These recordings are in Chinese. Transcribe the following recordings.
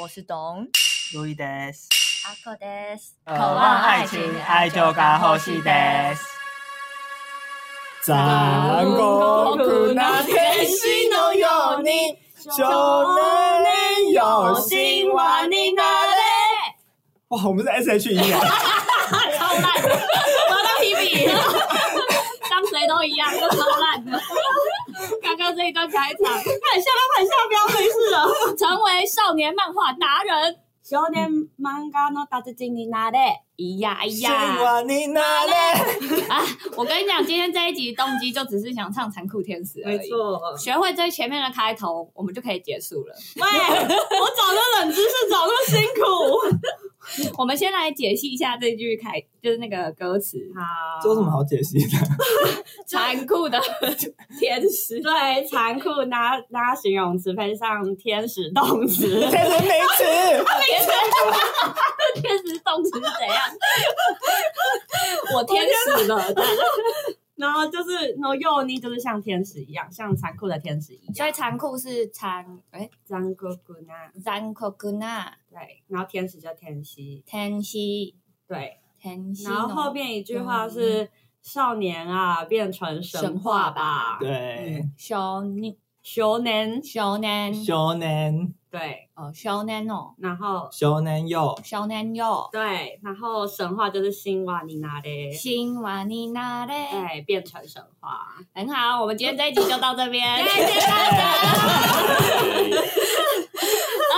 我是董路易德斯，阿克德斯，渴望爱情，爱就该呼吸德斯。残酷な天使のように少年よ神話になれ哇，我们是 S H 音乐，超烂的，我要当 Hebe，当谁都一样，都超烂的。刚刚这一段开场，看下班看下标没事了，成为少年漫画达人。少年漫画の達人になれ，咿呀咿呀。神话你哪嘞？啊，我跟你讲，今天这一集动机就只是想唱《残酷天使》而已。错，学会最前面的开头，我们就可以结束了。喂，我找的冷知识找那么辛苦，我们先来解析一下这句开，就是那个歌词好这有什么好解析的？ “残酷的天使对，残酷拿拿形容词配上天使动词，天生没词，”，天使动词是怎样？ 我天使了，然后就是然后幼妮就是像天使一样，像残酷的天使一样。所以残酷是残哎残酷酷呢？残酷くな对，然后天使叫天使，天使对。天使然后后边一句话嗯是“少年啊，变成神话吧对，少年”，少年少年少年对，哦少年哦然后少年哟，少年哟，对，然后神话就是新瓦尼娜嘞，心瓦你那嘞。哎，变成神话。很好，我们今天这一集就到这边。哎 啊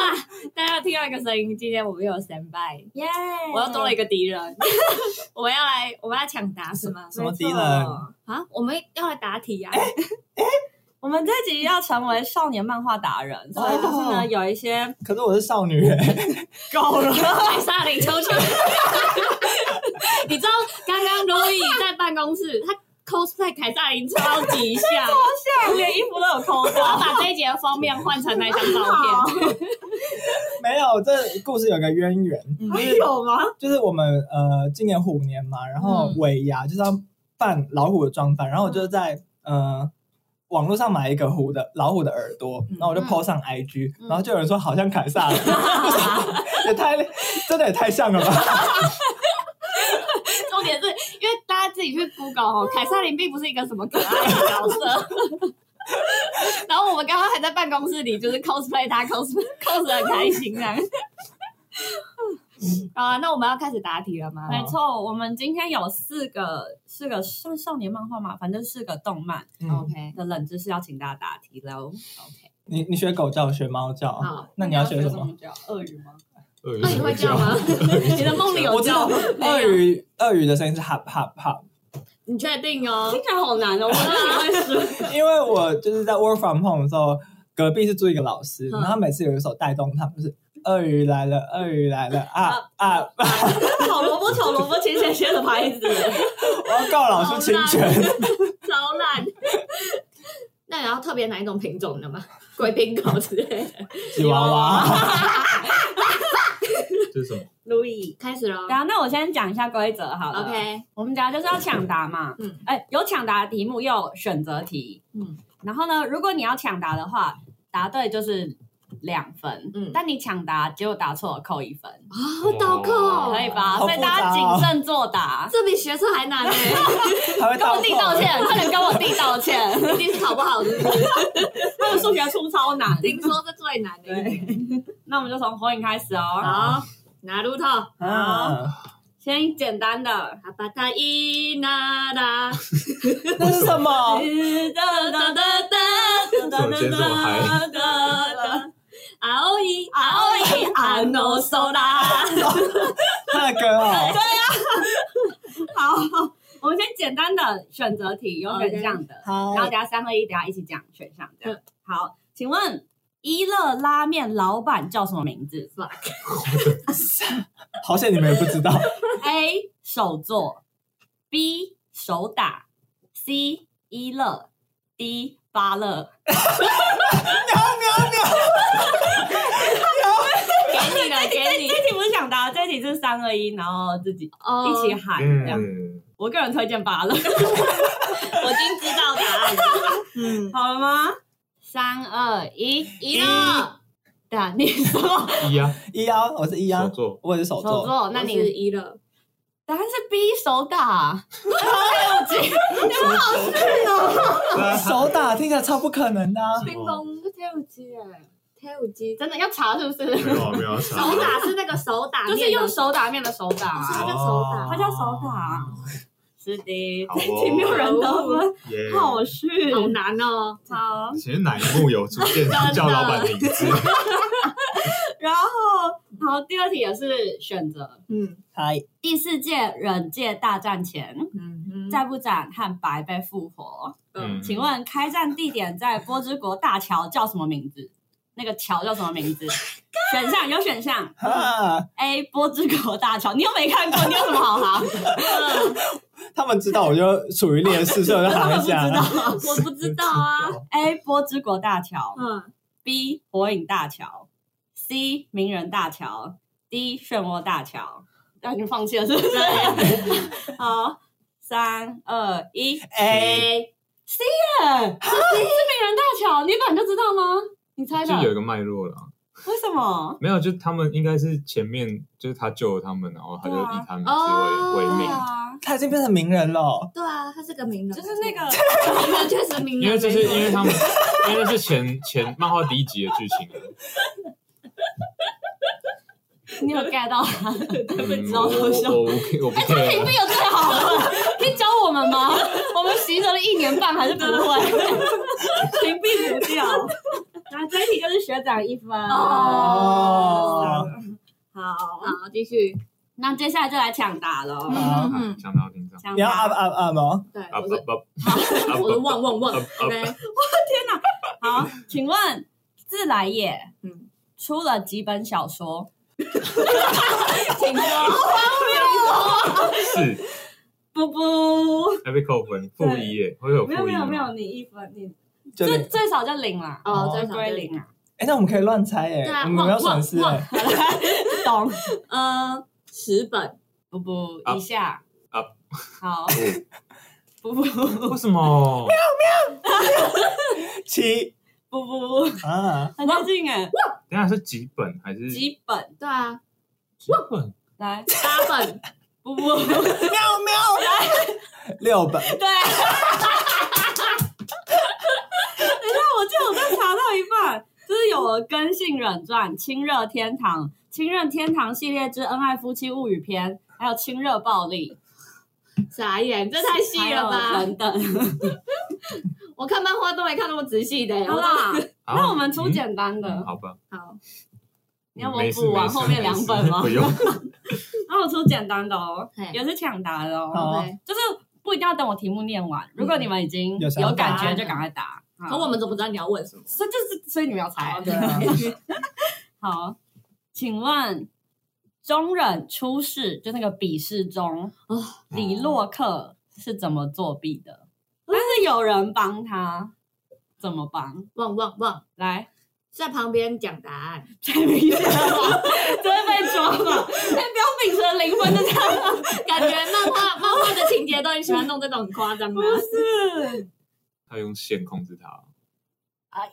大家有听到一个声音，今天我们又有 stand by，耶！我又多了一个敌人。 我们要来，我们要抢答是吗？什么敌人？啊，我们要来答题呀、啊我们这集要成为少年漫画达人，所以就是呢，有一些可是我是少女欸，够 了，凯撒林丘丘， 你知道刚刚 Roy 在办公室，他 cosplay 凯撒林超级像，连衣服都有抠我要到。把这一节的封面换成那张照 片。没有，这故事有个渊源，还有哦吗？就是我们呃今年虎年嘛，然后嗯尾牙就是要扮老虎的装扮，然后我就在呃网络上买一个虎的老虎的耳朵，然后我就 PO 上 IG，、嗯然后就有人说好像凯 撒了，也太真的也太像了 吧？重点是因为大家自己去 Google 哦，凯撒琳并不是一个什么可爱的角色。 然后我们刚刚还在办公室里，就是 cosplay 他 cosplay cos 的很开心这样。 好啊，那我们要开始答题了吗？嗯没错，我们今天有四个四个算少年漫画嘛，反正四个动漫嗯， OK 的冷知识要请大家答题喽。 OK，你你学狗叫，学猫叫，好，那你要学什么？？鳄鱼 吗？鳄鳄鱼会叫吗？你的梦里有我知叫道吗？鳄鱼，鳄鱼的声音是 hop hop hop。你确定哦听？起来好难哦，我都喜欢因为我就是在 work from home 的时候，隔壁是住一个老师，嗯然后他每次有一首带动他，就是鳄鱼来了，鳄鱼来了啊啊！我炒萝卜炒萝卜切切切的拍子。要告老师侵权。超烂。 那你要特别哪一种品种的吗？贵宾狗之类 的。啊吉娃娃， 这是什么？ 路易，开始喽等。啊下，那我先讲一下规则好了。 OK，我们等下就是要抢答嘛，嗯嗯，哎、有抢答的题目，也有选择题，嗯嗯，然后呢，如果你要抢答的话，答对就是两分，嗯嗯，但你抢答结果答错了扣一分，哦，倒扣可以？吧？好所以大家复杂哦谨慎作 答，这比学测还 难呢、 还会跟倒我弟道扣。歉，快点跟我弟道歉， 一定是考不好，是不是？他们数学出超难。听说这最难的一题。那我们就从火影开始哦，啊好，拿路透，嗯，先简单的，阿巴达伊那拉，那是什么？ 哒哒哒哒怎么今天这 么嗨？哒哒，阿欧伊阿欧阿伊阿诺索拉。那个歌哦，好，我们先简单的选择题，有选项的然后等下三二一，等下一起讲选项这嗯样。好，请问一乐拉面老板叫什么名字好险你们也不知道。 ？A 手作，B 手打，C 一乐，D 芭乐。 给你了，给你这题不是想答，这题是三二一，然后自己哦一起喊这样。嗯， 我个人推荐芭乐，我已经知 道答案了。嗯，好了吗？三二一，一乐对啊，你说一啊，一啊，我是一啊手，作，我也是手手哦作，作，那我是你一了，答案是 B 手打，手打听起来超不可能的啊。什冰么宫跳机哎，跳机，真的要查是不 是？没有没啊有手手打是那个手打就面的，是用手打面的手打是啊，它叫手打它叫手打，是的，好这一题没有哦，人得分，耶！好啊是好难哦。好。其实哪一幕有逐渐叫老板 名字？然后，好，第二题也是选择嗯嗨，第四届忍界大战前，嗯嗯，在布展和白被复活。 嗯请问开战地点在波之国大桥叫什么名字？那个桥叫什么名字？选项有选项哈， A 波之国大桥，你又没看过，你有什么好行？他们知道我就属于劣势，所以我就喊一 下。我不知道 啊， A 波之国大桥嗯， ，B 火影大桥，C 鸣人大桥，D 漩涡大桥。那、你放弃了是不是？ 好，三二一 A， ，C 耶，是是鸣人大桥，你本就知道吗？你猜就有一的？个脉络了。为什么？没有，就他们应该是前面就是他救了他们，然后他就对啊以他们之为为对命，啊，他已经变成名人了。对啊，他是个名人，就是 那个，确实名人，因为这是因为他们，因为那是前前漫画第一集的剧情 了。你有 get 到吗？嗯，知我道我偷笑我我不 care 没啊。有最好了，可以教我们吗？ 我们习得了一年半还是不会，屏蔽不掉。 那这一题就是学长一分哦。好，好，继续，那接下来就来抢答喽。好嗯啊想到听到抢你要 up 答， up up 哦，嗯对，啊我不是不，我是旺旺啊旺啊，OK，好，请问自来也嗯出了几本小说？是不不，还被扣分，负一耶，会有负没有没一有的没有，吗？你一分，你就最哎最少就零了，哦，最少归就是零啊。诶那我们可以乱猜哎对，啊我们没有损失哎。懂？呃，十本，不不， Up 一下 Up 好，五不不 不哦为什么？七不，啊， 很接近哎，等一下是几本还是几本对啊，几本？来？八本，不不，喵喵，来，六本对。等一下，我记得我在查到一半，就是有了《根性忍传》《亲热天堂》《亲热天堂》系列之《恩爱夫妻物语篇》，还有《亲热暴力傻眼，这太》，细了还吧？有等等。我看漫画都没看那么仔细的，好好啦，啊那我们出嗯简单的。嗯好吧， 好，你要我没事补完没事后面两本吗没事不用，那我出简单的哦嘿，也是抢答的哦，好啊对，就是不一定要等我题目念完，如果你们已经嗯有想有法感觉就赶快答。可我们怎么知道你要问什么？所以就是所以你们要猜。对啊好，请问中忍出事就那个笔试中，李洛克是怎么作弊的？但是有人帮他，怎么帮？旺旺旺，来，在旁边讲答 案，太明显了， 真的被抓了！哎，不要秉承灵魂的这样。感觉漫画漫画的情节都很喜欢弄这种很夸张的。他用线 控制他，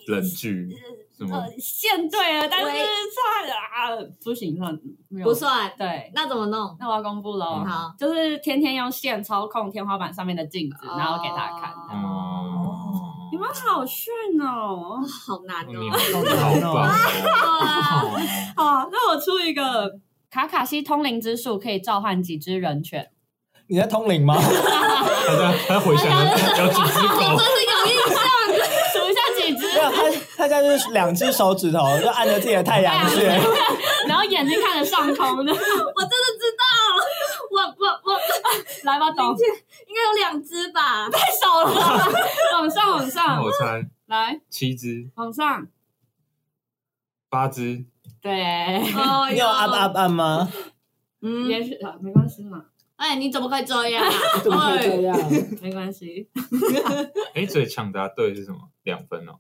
冷剧什么啊呃，线对了，但是喂差点啊，不行，算没有不算，对。那怎么弄？那我要公布嗯喽，好，就是天天用线操控天花板上面的镜子，然后给大家看。哦嗯哦，呃你们好逊哦！好难你哦。好棒哦， 哇，好，那我出一个卡卡西通灵之术，可以召唤几只人犬。你在通灵吗？他在他回想有有几只狗，数一下几只， 没有，他他现在就是两只手指头就按着自己的太阳穴， 然后眼睛看着上空 的。我我我来吧，董，应该有两只吧？太少了，往上往那上，我猜来七只、往上，八只，对，哦你有 up up up 吗？ 嗯，也许啊，没关系嘛，哎，你怎么会这样啊？怎么会 这样？没关系，哎，所以抢答对是什么？两分哦，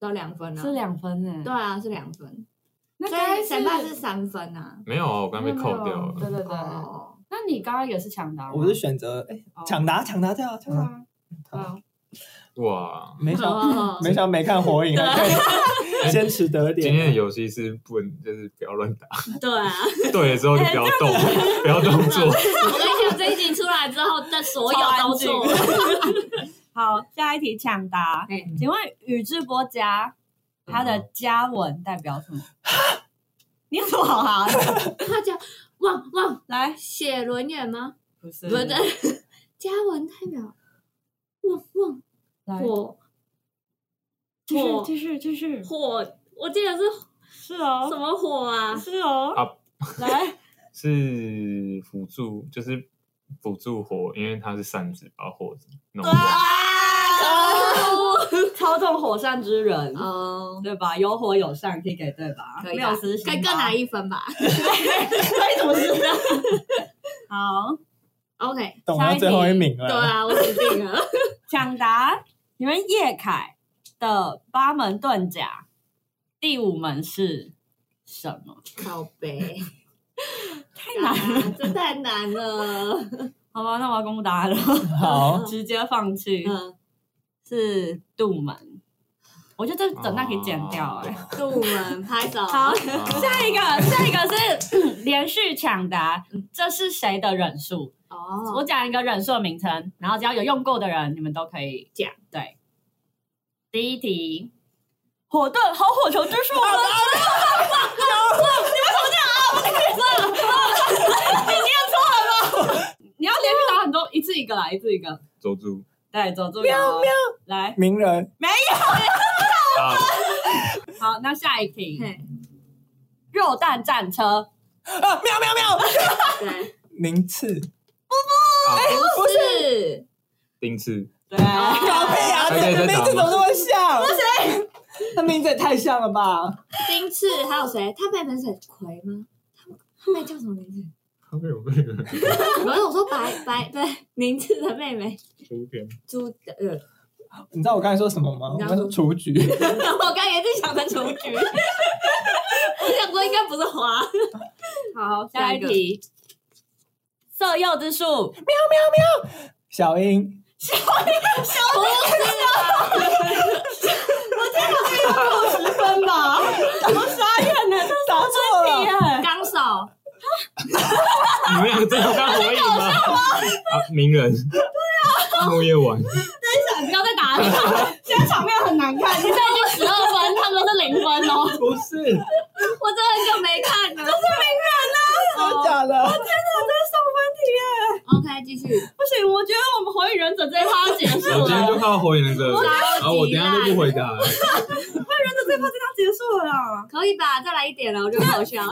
都两分啊是？两分呢。对啊，是两分。那所刚才以神爸是三分啊。没有哦，我刚被扣掉没有对了。对对，哦，那你刚刚也是抢答吗，我是选择哎哦抢答抢答跳抢对答，啊，对啊，哇，没想哦没想没看火影，还可以啊坚持得今天的啊点。啊游戏是不能，就是不要乱打，对啊，对的时候就不要动，哎不要动作。我跟你讲，这一集出来之后，但所有都做了。 好，下一题抢答哎，请问宇智波家他的家文代表什么？你有什么好啊哈？他叫旺旺来，写轮眼吗？不是不对，嘉文代表旺旺来，火继续我继续继续，火，我记得是是什哦，么火啊？是哦，啊来，是辅助，就是辅助火，因为它是扇子把火弄掉。啊啊哇！ 操纵火善之人，哦，对吧？有火有善，可以给对吧？可以没啊有私心吧，可以各拿一分吧为什 么是这样？好， ？OK，懂到最后一名了。对啊，我死定了。抢答，你们叶凯的八门遁甲第五门是什么？靠背，太啊难了，这太难 了。好吧，那我要公布答案了，好，直接放弃，嗯，是杜门。我觉得这整段可以剪掉哎、哦杜门拍手。好，啊下一个，下一个是 连续抢答，这是谁的忍术？我哦，讲一个忍术的名称，然后只要有用过的人，你们都可以讲。对，第一题，火遁好火球之术。我们你们怎么这样啊？我的天哪！你念错了吗？你要连续打很多，一次一个啦，一次一个。周助对，走这边哦。来，名人啊，好，那下一题，嘿肉蛋战车。啊，喵喵喵，对，名次不是，丁次对，高配啊，还可以这名再打吗字怎么这么像？不行，那名字也太像了吧？丁次还有谁？他配本水葵吗？他们他们叫什么名字？后面有没有不是我说白白对宁次的妹妹出片？朱 呃，你知道我刚才说什么吗？我你刚刚刚说说雏菊，我刚也是想着雏菊，我想说应该不是花。好，下一题，色诱之术。小 英，十分吧，我傻眼了，这答错啊了。纲手你们两个真的当火影吗？啊，鸣人，啊木叶丸，不要再打了，现在场面很难看。现在已经十二分，他们都是零分哦。不是 我真的很久没看了。真的假的？ OK，继续。不行，我觉得我们火影忍者这一趴结束我今天了，就看到火影忍者，然后啊我等一下就不回答了。它结束了啦。可以吧？再来一点了，我就好笑。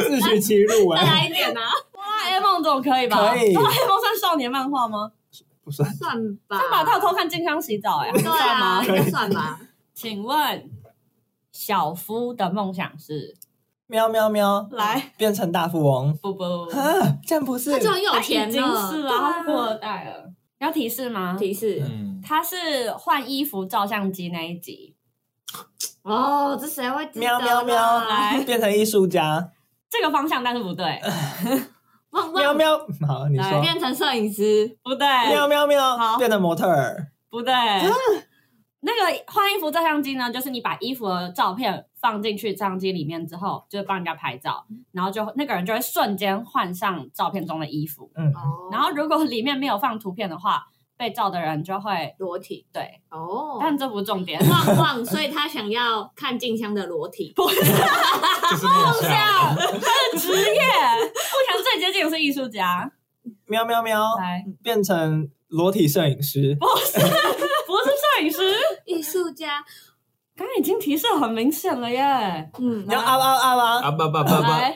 自取其辱再啊！来一点啊，哆啦 A 梦这种可以吧？可以哆啦 A 梦算少年漫画吗？不算， 算吧。他把他有偷看健康洗澡哎，对 算啊，吗？应该算吧。请问小夫的梦想是喵喵喵，来变成大富翁不不，啊！这样不是他就很有他已经钱了。是了，他是富二代了。要提示吗？啊提示嗯，他是换衣服照相机那一集，哦，这谁会记得喵啦？喵喵，来变成艺术家，这个方向但是不对，汪喵汪喵，好，你来说，变成摄影师，不对，喵喵好喵，变成模特儿，不对，啊那个换衣服照相机呢，就是你把衣服的照片放进去照相机里面之后，就是帮人家拍照，然后就那个人就会瞬间换上照片中的衣服，嗯，哦然后如果里面没有放图片的话，被照的人就会裸体对，哦。但这不是重点。旺旺，所以他想要看静香的裸体。就是梦想。职业，我想最接近的是艺术家，喵喵哦喵，来，变成裸体摄影师，不是摄影师，艺术家，刚刚已经提示很明显了耶，嗯你，要啊啊啊啊！啊不不不不，来，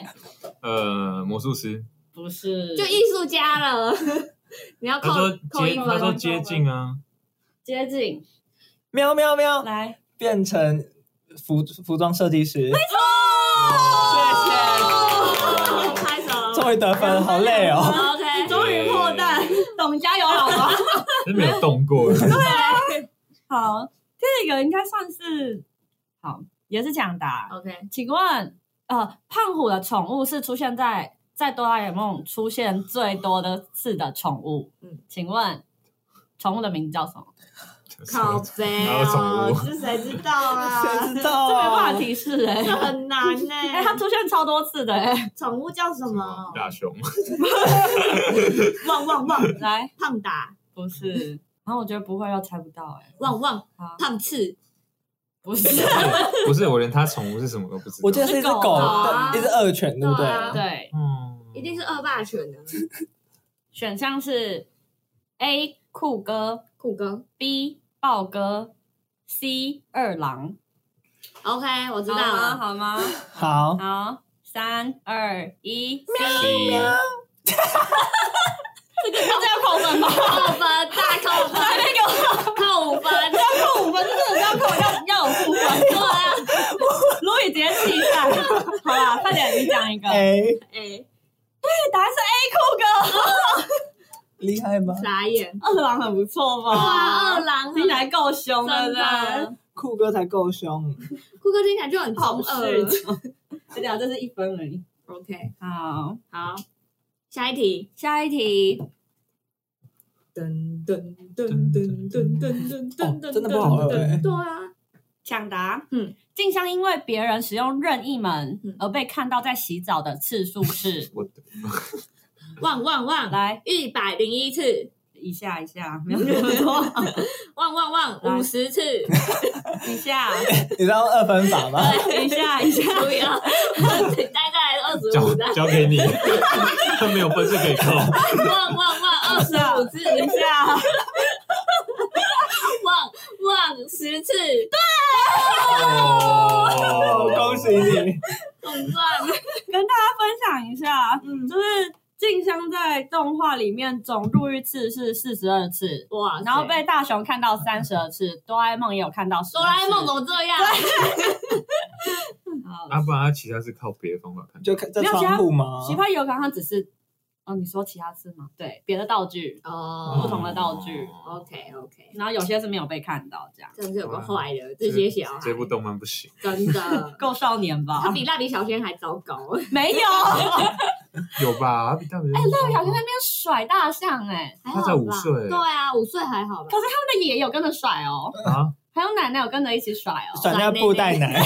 呃，魔术师，不是，就艺术家了。 你要扣他说扣一接，分，哦他说接近啊，接近，喵喵喵，来，变成服服装设计师，哦拍手。终于得哎分，好累哦！ OK， 终于破蛋，董加油好吗？真没有动过。 好，这个应该算是好，也是抢答。 OK，啊请问，呃，胖虎的宠物是出现在在哆啦 A 梦出现最多的次的宠物？嗯哦嗯，请问宠物的名字叫什么？靠背还有宠哦物，这谁知道啊？谁知这道没啊？办法提示 哎、这很难呢。哎、它出现超多次的哎、 宠物叫什么？大熊，旺旺旺，来，胖达、不是，然后我觉得不会又猜不到哎、旺旺好、胖次，不是， 不是我连他宠物是什么都不知道。我记得是一只是狗狗啊，对一只恶犬，对不对对？啊对，嗯，一定是恶霸犬啊！选项是 A 酷哥酷哥，B 豹哥，C 二郎， ，OK，我知知道了。好吗？啊好，好，三二一， C 这个这要扣分 吗？扣分，大扣分，扣五分，要扣五分，这真的是要扣，要要有扣分。对啊，卢宇直接气散。好啦，快点，你讲一个。哎，哎，答案是 A 酷哥，厉害吗？傻眼，二郎很不错哇，吧啊二？郎听起来够凶了，真对的不酷哥才够凶， 酷哥听起来就很对？好中二。事， 对啊，这是一分而已。 OK，好，好，下一题，下一题，噔噔噔噔噔噔噔哦真的不好喝哎对啊，抢答。嗯，啊静香因为别人使用任意门嗯而被看到在洗澡的次数 是，我的旺旺旺，来一百零一次，一下 一下，没有那么多，旺旺旺，来五十次，一下你知道二分法吗？一下一下，除以 二，啊大概二十五交的，交给你，他没有分数可以扣。旺旺旺，二十五次，一下。旺旺十次，哦哦，恭喜你！总 算跟大家分享一下，嗯，就是静香在动画里面总入狱次是四十二次，哇塞，然后被大雄看到三十二次，哆啦 A 梦也有看到12次。哆啦 A 梦怎么这样？好啊，不然他其他是靠别的方法 看。就看在窗户吗？奇葩有可能他只是，哦，你说其他次吗？对，别的道具，哦不同的道具哦 OK OK，然后有些是没有被看到，这样真是有个坏的，这些啊小孩啊这部动漫不行。真 的，够少年吧他？比蜡笔小新还糟糕。没有，那有吧？比大哎，那个小新在那边甩大象哎、还好吧他才五岁对啊，五岁还好吧可？是他们的爷爷有跟着甩哦，啊，还有奶奶有跟着一起甩哦。甩那布袋奶，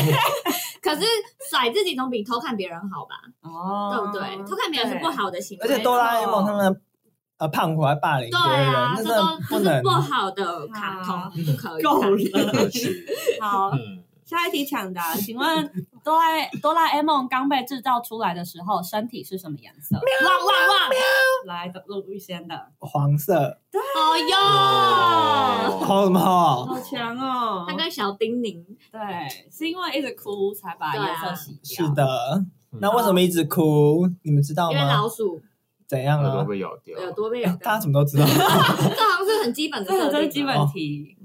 可是甩自己总比偷看别人好吧？对哦不对？偷看别人是不好的行为， 而且哆啦 A 梦他们呃胖虎还霸凌对别人，啊，那这真都的这不是能不。好的卡通，不可以看。了。 可惜。好，嗯，下一题抢答，请问哆啦哆啦 A 梦刚被制造出来的时候，身体是什么颜色？旺旺旺！来，陆玉先的，黄色，哦哟，哦啊好什么好？好强哦他跟小叮咛对，是因为一直哭才把颜色洗掉。是，的，那为什么一直哭？你们知道嗯因为吗老？鼠怎样耳朵啊？被咬掉。耳朵被咬哎 大家到，怎么都知道？这好像是很基本的这设定，个啊真是基哦本题。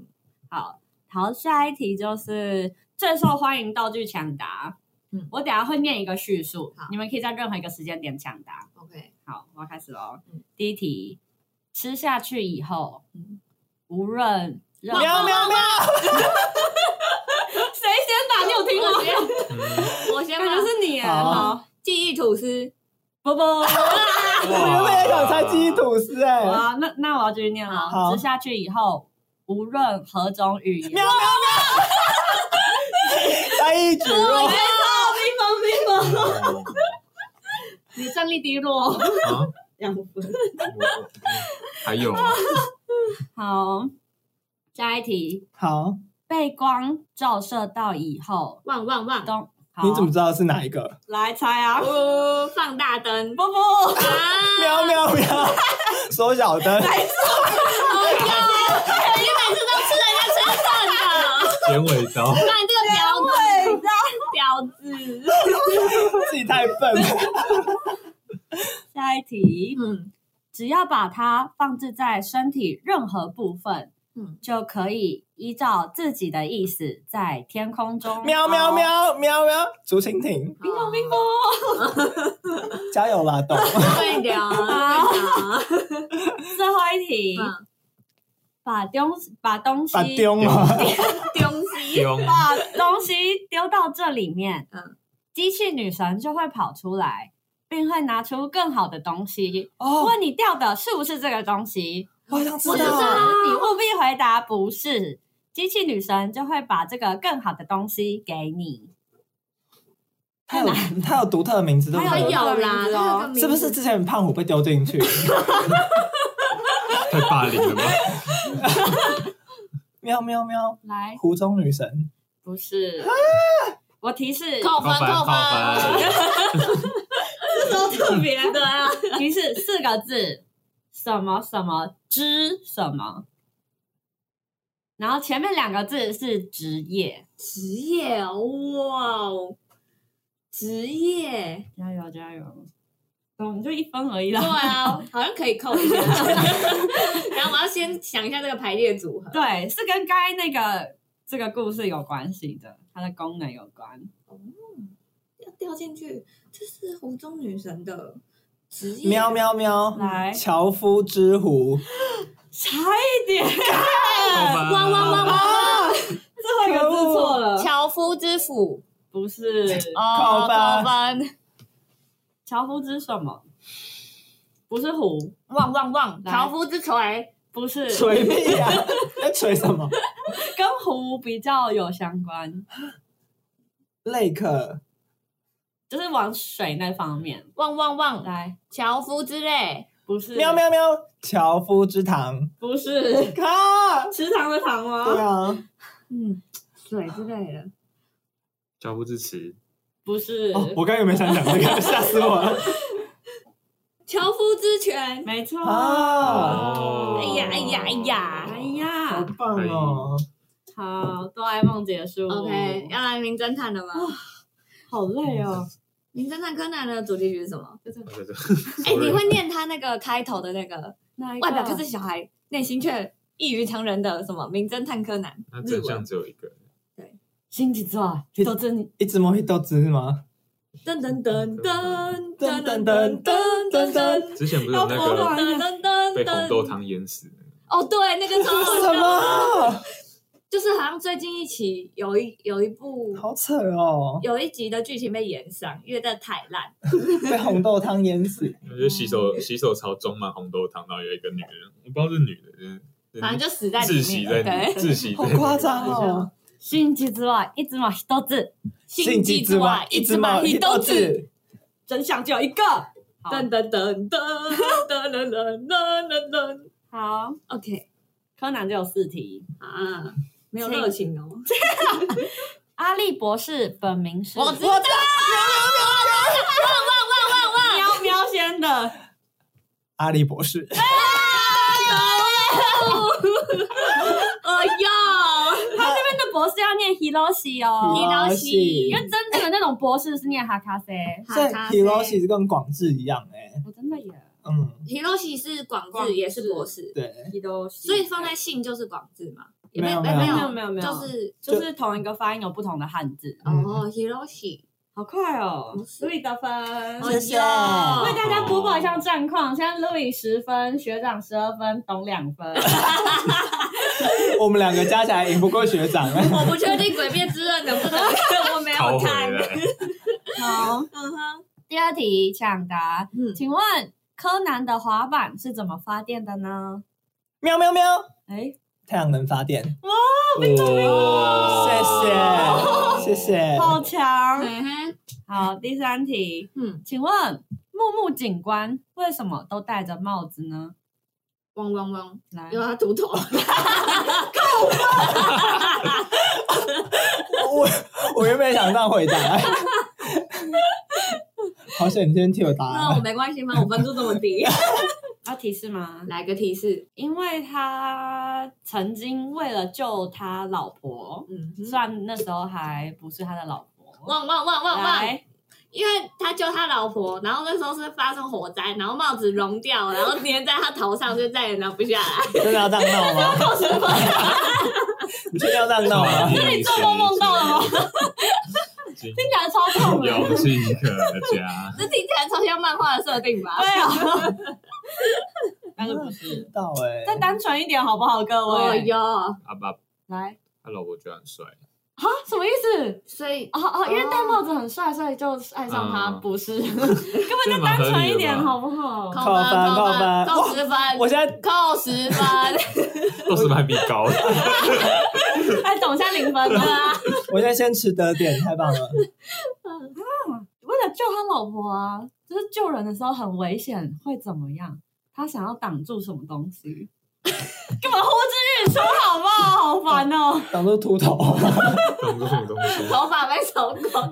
好，好，下一题就是最受欢迎道具抢答。嗯我等一下会念一个叙述好，你们可以在任何一个时间点抢答。 OK，好，我要开始喽嗯。第一题，吃下去以后嗯，无论喵任 喵喵！谁先打？你有听哦吗？嗯我先感吧觉是你耶。好好，记忆吐司，波波。 哦我原本也想猜鸡吐司哎，好啊，那那我要继续念了。好吃下去以后，无论何种语言，喵喵他一举弱，哎冰封冰封，哦你战力低落。 啊，两分。我我还有吗好，下一题，好，被光照射到以后，旺旺旺！东好你怎么知道是哪一个？来猜啊？哦，放大灯，波波，啊，喵喵喵，缩小灯，哎呦，你每次都吃人家身上的，剪尾刀，不然这个婊子，婊子，自己太 笨了。下一题，嗯，只要把它放置在身体任何部分，嗯就可以依照自己的意思在天空中哦喵喵。喵喵喵，竹蜻蜓，冰冰冰风，加油啦，懂？会啊聊，会最后一题，嗯把东西把东西把丢吗？聊，东西， 丢把东西丢到这里面，嗯机器女神就会跑出来，并会拿出更好的东西。哦，啊问你掉的是不是这个东西？我好想知我就知道道，你务必回答不是，机器女神就会把这个更好的东西给你。它有它有独特的名字，对不还对？有啦，有个名字是不是之前胖虎被丢进去？太霸凌了吧？喵喵喵，来，湖中女神，不是，我提示，扣分扣靠翻靠分， 翻，特别的啊，提示四个字，什么什么之什么，然后前面两个字是职业，职业哦哇哦，职业，加油加油，懂就一分而已啦对。啊，好像可以扣 一下。然后我要先想一下这个排列组合。对，是跟该那个这个故事有关系的，它的功能有关。要掉进去，这是湖中女神的职业。喵喵喵，来，樵夫之湖，差一点，靠最翻，汪汪汪汪！后一个字错啊了，樵夫之斧，不是哦，扣分扣分，樵夫之什么？不是虎，旺旺旺，来樵夫之锤，不是锤屁 呀！在锤什么？跟虎比较有相关， lake 就是往水那方面。旺旺旺，来，樵夫之泪，不是喵，喵喵，樵夫之堂，不是啊，池塘的塘对吗？啊，嗯，水之类的，交互支持，不是，哦我刚刚有没有想讲这个？吓死我了！樵夫之泉。没错。啊哦哎呀哎呀哎呀哎好呀，棒哦！好，哆啦 A 梦结束。 OK，要来名侦探了吗？好累哦。名侦探柯南的主题曲是什么？我觉得 哎， 你会念他那个开头的那个那一个外表看似小孩，内心却异于常人的什么名侦探柯南？那真相只有一个，星几座？都真一直摸一豆汁是吗？噔噔噔噔噔噔噔噔噔噔之前不是有那个噔噔被红豆噔。汤淹死的，哦，对，那个超好什么？就是好像最近一期有一有一部好扯哦！有一集的剧情被延上，因为真的太烂。被红豆汤淹死，那就洗嗯手洗手槽装满红豆汤，然后有一个女人，我不知道是女的，就是反正就死在窒里息面在了。里对，窒息在好里面，夸张啊哦！星几座？一只马都字，性急之外，一直摸一豆汁，真相只有一个。噔好噔噔噔噔噔噔噔噔噔。好， OK 柯南只有四题。啊，没有热情哦。阿笠博士本名是我知道，喵喵先的，阿笠博士，哎呦，真的博士要念 Hiroshi 哦， Hiroshi 因为真正的那种博士是念哈卡塞。所以 Hiroshi 是跟广志一样哎，我真的也嗯， Hiroshi 是广广智，智也是博士，对， Hiroshi，所以放在姓就是广智嘛？也没有没没没有有没有没有，就是就是同一个发音有不同的汉字，嗯哦，Hiroshi，好快哦不是，Louis 得分。哎谢谢呦为大家播报一下战况，现在 Louis 十分，学长十二分，董两分。嗯我们两个加起来赢不过 学长，我不确定《鬼灭之刃》能 不能，我没有逃回看。来，好，嗯哼，第二题抢答，嗯请问柯南的滑板是怎么发电的呢？喵喵喵，哎，太阳能发电，哦谢谢谢谢，好强！嗯哼，好，第三题，嗯，请问木木警官为什么都戴着帽子呢？汪汪汪，来因，为他秃头。我我原本想这样 回答，好险你今天替我答 那我案，没关系吗？我分数这么低，要提示吗？ 来个提示。因为他曾经为了救他老婆，嗯哼，虽然那时候还不是他的老婆，汪汪汪汪汪！来，因为他救他老婆，然后那时候是发生火灾，然后帽子融 掉，然后粘在他头上，就再也拿不下来。真的要这样闹 吗？你确定要这样闹吗？你做梦梦到 了吗？听起来超 痛的。遥敬可嘉，这听起来超像漫画的设定吧？ 对啊，但是不是？到哎、再单纯一点好不好，各哦位？哟，阿爸来，他老婆觉得很帅，啊，什么意思？所以哦哦，因为戴帽子很帅，所以就爱上他，嗯不是？根本这就 蛮单合理的吧纯一点，好不好？扣扣分分扣哦扣分扣十分哇分，我现在扣十 分，都是蛮比高的， 哎，总下零分了啊。我现在先吃得点，太棒了！ 为了救他老婆啊，就是救人的时候很危险，会怎么样？他想要挡住什么东西？ 干嘛呼之欲出好不好？好烦哦！挡住秃头，懂这种东西。头发被手光，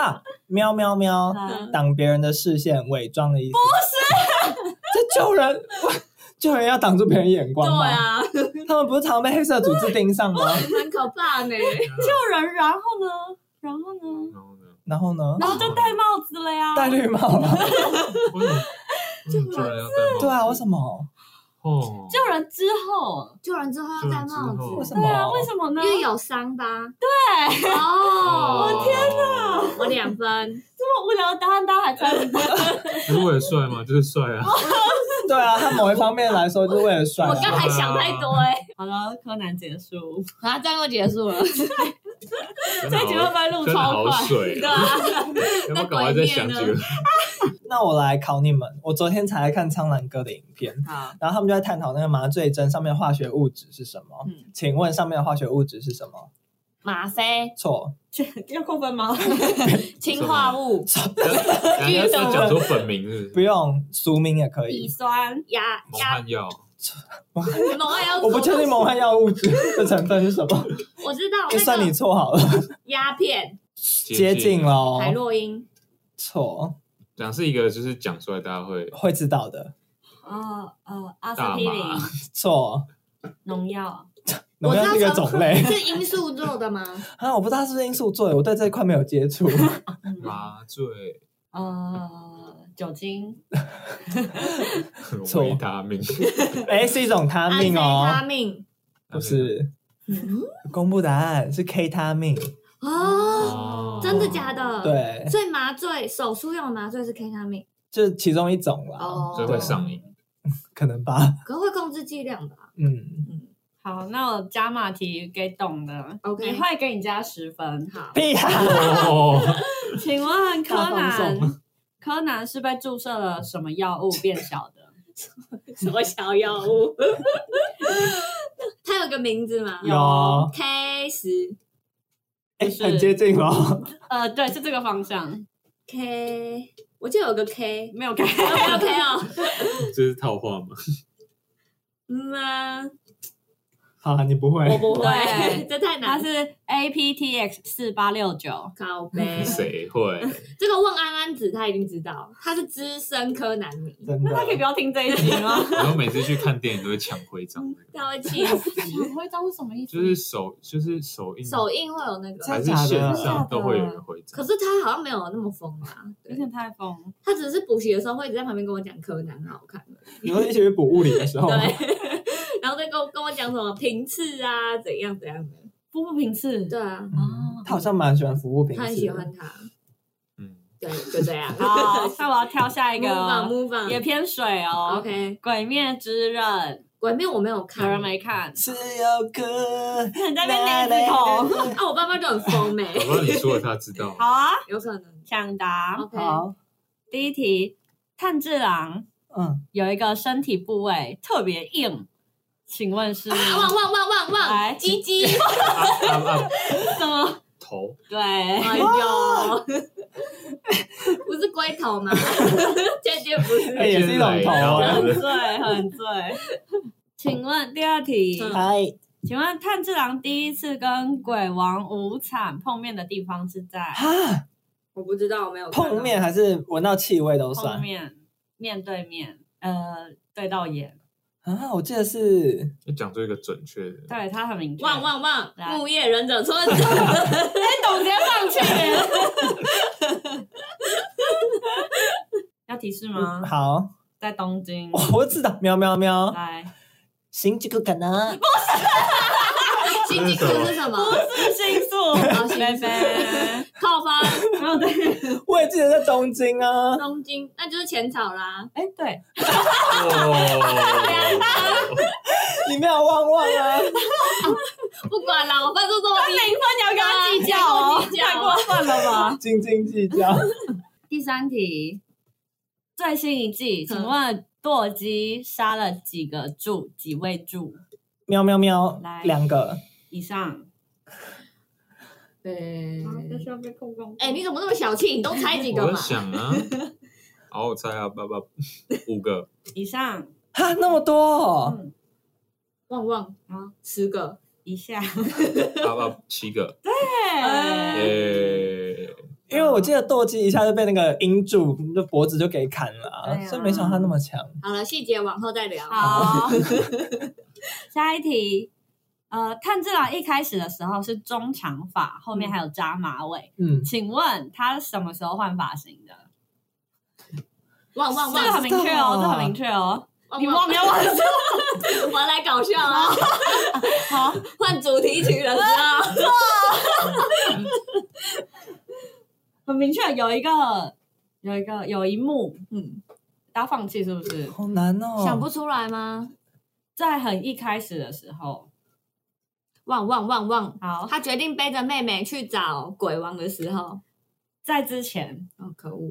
啊，喵喵喵，嗯挡别人的视线，伪装的意思。不是， 这救人，哇救人要挡住别人眼光吗？对啊，他们不是常被黑色组织盯上吗？很可怕呢。救人，然后呢？然后呢？然后呢？然后呢？然后就戴帽子了呀。戴绿帽啊？为什么为什么救人要戴帽子？对啊，为什么？哦，救人之后，救人之后要救戴人之帽后子为，什对啊，么？为什么呢因？为有伤疤。对，哦，天哪！我两分，这么无聊的答案，大家还猜不到。只是为了帅吗？就是帅啊！对啊，他某一方面来说，就是为了帅、我啊。刚才想太多哎、好了，柯南结束。 啊，这样就结束 了。真的这好一集会不会录真超的好快？水啊！要不要赶快再想几个？那我来考你们，我昨天才来看苍兰哥的影片，好，然后他们就在探讨那个麻醉针上面的化学物质是什么。嗯请问上面的化学物质是什么？吗啡、错，要扣分吗？氰化物、 等一下要讲说本名是不不是？用，俗名也可乙以。 酸。压蒙压汗药，萌爱要，哦我不确定蒙汗药物质的成分是什么，我知道那就算你个错好了，鸦片接近。喽。海洛因，错，讲是一个就是讲出来大家会会知道的。哦哦，阿司大匹麻林。错，农药，农药是一个种类 是罂粟做的吗？ 啊，我不知道它是不是罂粟做的，我对这一块没有接触。嗯，麻 醉。呃，酒精，错维他命， 哎，是一种他命安非他哦，命不是。公布答案是 K 他命，哦，哦真的假？的？。对，所以麻醉手术用的麻醉是 K 他命这其中一种啦，哦，所以会上瘾，可能吧。可会控制剂量吧嗯，好，那我加码题给懂的 OK 你会给你加十分。好，屁啊呀！哦，请问柯大放南，柯南是被注射了什么药物变小的？ 什么小药物？它有个名字吗？有，啊 K 十哎，是很接近哦。 呃，对，是这个方向， K，我记得有个 K， 没有改。有没有 K 哦？这是套话吗？嗯啊，好，你不会我不会对，这太它难。是 APTX 四八六九，靠背， 谁会？这个问安安子他一定知道，他是资深柯南迷，真的那他可以不要听这一集吗？ 然后每次去看电影都会抢徽章那他个，会气 死。抢徽章是什么意思？就是手就是手印，首映会有那个，还是线上都会有人徽章可。是他好像没有那么疯啊。有对，点太疯。他只是补习的时候会一直在旁边跟我讲柯南很好看的，你们一起去补物理的时候吗，对， 然后再跟我跟我讲什么频次啊，怎样怎样的。夫不平次，对啊，嗯他好像蛮喜欢服务平他很时喜的。欢他，嗯，对，就这样。 好，那我要跳下一个哦， ，move on，move 也 on。偏水哦。 OK，鬼灭之刃，鬼面我没有看，有人没看？只有 歌，你 在那边内子口。啊，我爸妈就很疯没，我不知道你说了他知 道好，啊，有可能。抢答。 OK，好，第一题，炭治郎嗯，有一个身体部位特别硬，请问是啊旺旺旺旺来旺，鸡鸡，啊啊啊！什么？头对，哎呦， 不是龟头吗？这绝不哎是。也是一种头啊 很醉，很醉。嗯请问第二题，嗨，请问炭治郎第一次跟鬼王无惨碰面的地方是在哈，我不知道，我没有看到碰。面还是闻到气味都碰算面面对面，呃，对到眼。啊？我记得是要讲出一个准确的，对他很明确。旺旺旺，来木叶忍者村，懂直接 放弃。要提示嗯吗？好，哦在东京。我知道，喵喵喵，来，行几个敢 呢？新进这科是是什么什么？不是星宿，星宿拜拜。 靠泡发没有对，我也记得在东京 啊，东京， 那就是浅草啦。哎对，哦，你没有旺旺啊，不管啦，我分数这么低，那你要跟他计较哦，太过分了吧？斤斤计较。第三题，嗯最新一季，请问舵机杀了几个柱？几位柱喵喵喵来，两个，以上？对。啊要被扣光。哎，你怎么那么小气？你都猜几个我在嘛？想啊，好，我猜啊，八八五个，以上，哈，那么多哦，嗯，旺旺好，啊十个。以 下，八八七个， 对，诶，因为我记得斗鸡一下就被那个鹰柱的脖子就给砍了啊、对啊所以没想到他那么强。好了，细节往后再聊。 好，下一题。呃，炭治郎一开始的时候是中长发，后面还有扎马尾。嗯，请问他什么时候换发型的？旺旺这个旺，很明确知道哦，啊这个很明确哦。旺你忘旺没有忘记？我要来搞笑啊！好，换主题曲了，知 道？很明确，有一个，有一个，有一幕，嗯，大家放弃是不是？好难哦，想不出来吗？在很一开始的时候，旺旺旺旺，好，他决定背着妹妹去找鬼王的时候，在之前，哦，可恶！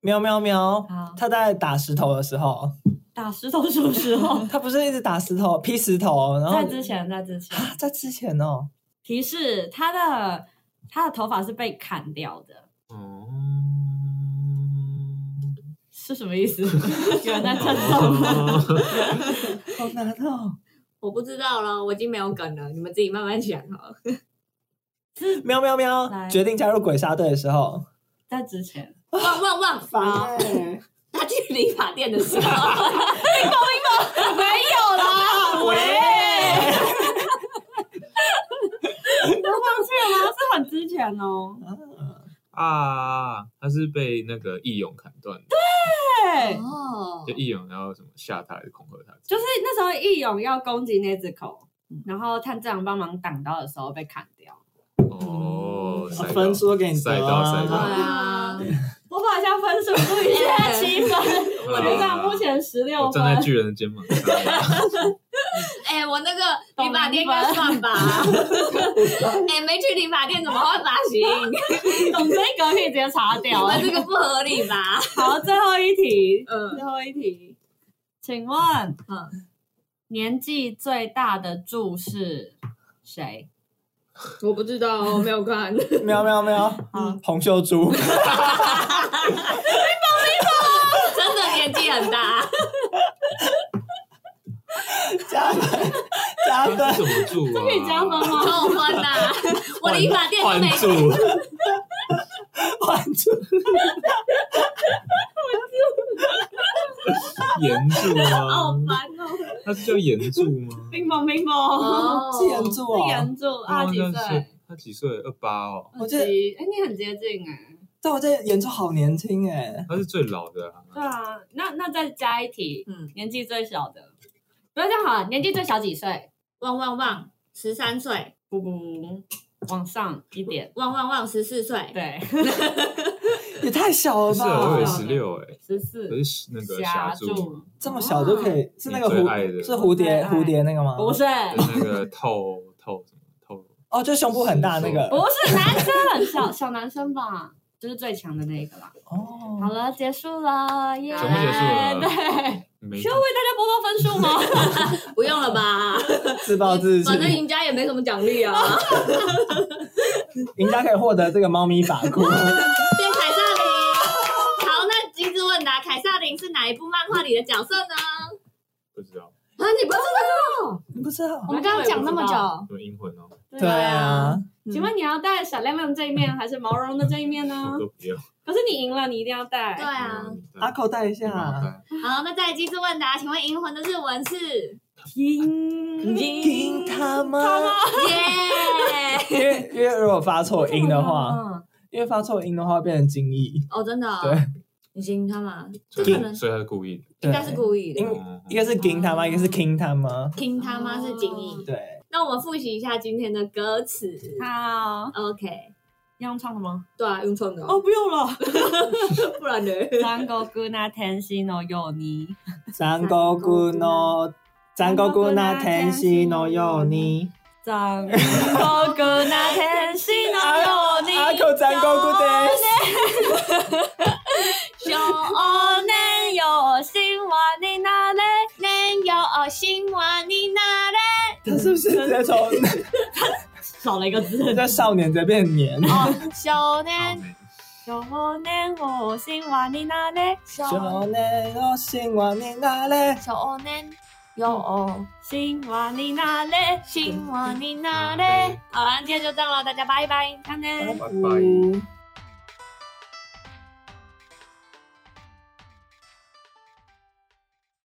喵喵喵好，他在打石头的时候，？打石头什么时候他不是一直打石头劈石头，然后在之前，在之前，啊，在之前哦，提示他的他的头发是被砍掉的， 哦，是什么意思？ 有人在称颂 吗？好难哦，我不知道了，我已经没有梗了，你们自己慢慢想好了。喵喵喵，来决定加入鬼杀队的时候，在之前，旺旺旺，烦他去理发店的时候，没有啦，喂，都放弃了吗？啊是很之前哦，啊，他是被那个义勇砍断的，对。哦就义勇然后什么吓他还是恐吓他，就是那时候义勇要攻击那只口，嗯然后炭治郎帮忙挡刀的时候被砍掉。哦，嗯塞到啊分数给你塞得到啊塞对到，啊，我把一下分数注意一下，七分，学长目前十我六分站。在巨人的肩膀上，哎、我那个懂理发店应明白该算吧。 哎、没去理发店怎么换发型？ 董这一格可以直接擦 掉我哎、们这个不合理 吧？好，最后一题，嗯，最后一题，请问，嗯年纪最大的柱是谁？我不知道，我没有看。喵喵喵，红秀 珠，真的年纪很大，加分加这分，怎么住啊？可以加分吗？扣分 呐！我理发店都换没去，住，换出岩柱 好吗？烦哦！他是叫岩柱吗？冰雹，冰哦雹，是岩柱是哦，原著啊，几岁？？他几岁？二八哦，我记得二级哎，你很接近哎、但我这演出好年轻哎、他是最老的啊。对啊，那那再加一题，嗯年纪最小的，不要这样好了，年纪最小几岁？旺旺旺，十三岁，不不不，往上一点，旺旺旺，十四岁，对，也太小了不是啊，我以为吧？十六哎，十可四，是那个霞霞柱嘛，这么小就可以是那个你最爱的蝴是蝴蝶我最爱蝴蝶那个吗？不 是跟那个透透什么透，哦，就胸部很大那个不是男生，小小男生吧，就是最强的那一个啦。哦好了，结束了，耶！全部结束了对，没需要为大家播报分数吗？不用了吧？自暴自弃反，正赢家也没什么奖励啊。赢家可以获得这个猫咪法裤。变凯撒琳。好，那今日问答，凯撒琳是哪一部漫画里的角色呢？不知道啊，你不知道？ 你不知道我？们刚刚讲那么久，什么阴魂哦，对啊，嗯请问你要戴闪亮亮这一面，还是毛茸茸的这一面呢 我？都不要。可是你赢了，你一定要戴。对啊。阿扣带一对下，好，那再来今日问答，请问《银魂》的日文是？赢，听他吗？耶！因为因为如果发错音的话，嗯，因为发错音的话变成精益，哦，真的哦对，你赢他吗？所这可以能所以他是故意的。对应该是故意的因。为嗯一个是听他吗？一个是 king 他吗？听他妈是精英。对，那我们复习一下今天的歌词。好。 OK，要用唱的吗？对啊，用创的哦，哦，不用了。不 然呢？三个姑那天心哦，有你。残酷くの残酷な天使のように。三个姑那天心哦，有你。阿克残酷的。有哦，你有心哇，你那嘞？能有哦心哇你那嘞？他是不是在从少了一个字。在少年在变年？哦，少年有哦，你有心哇，你那嘞？少年の心は你那嘞？少年有哦心哇，你那嘞？心哇你那嘞？好了，今天就这样了，大家拜拜，再见。拜拜。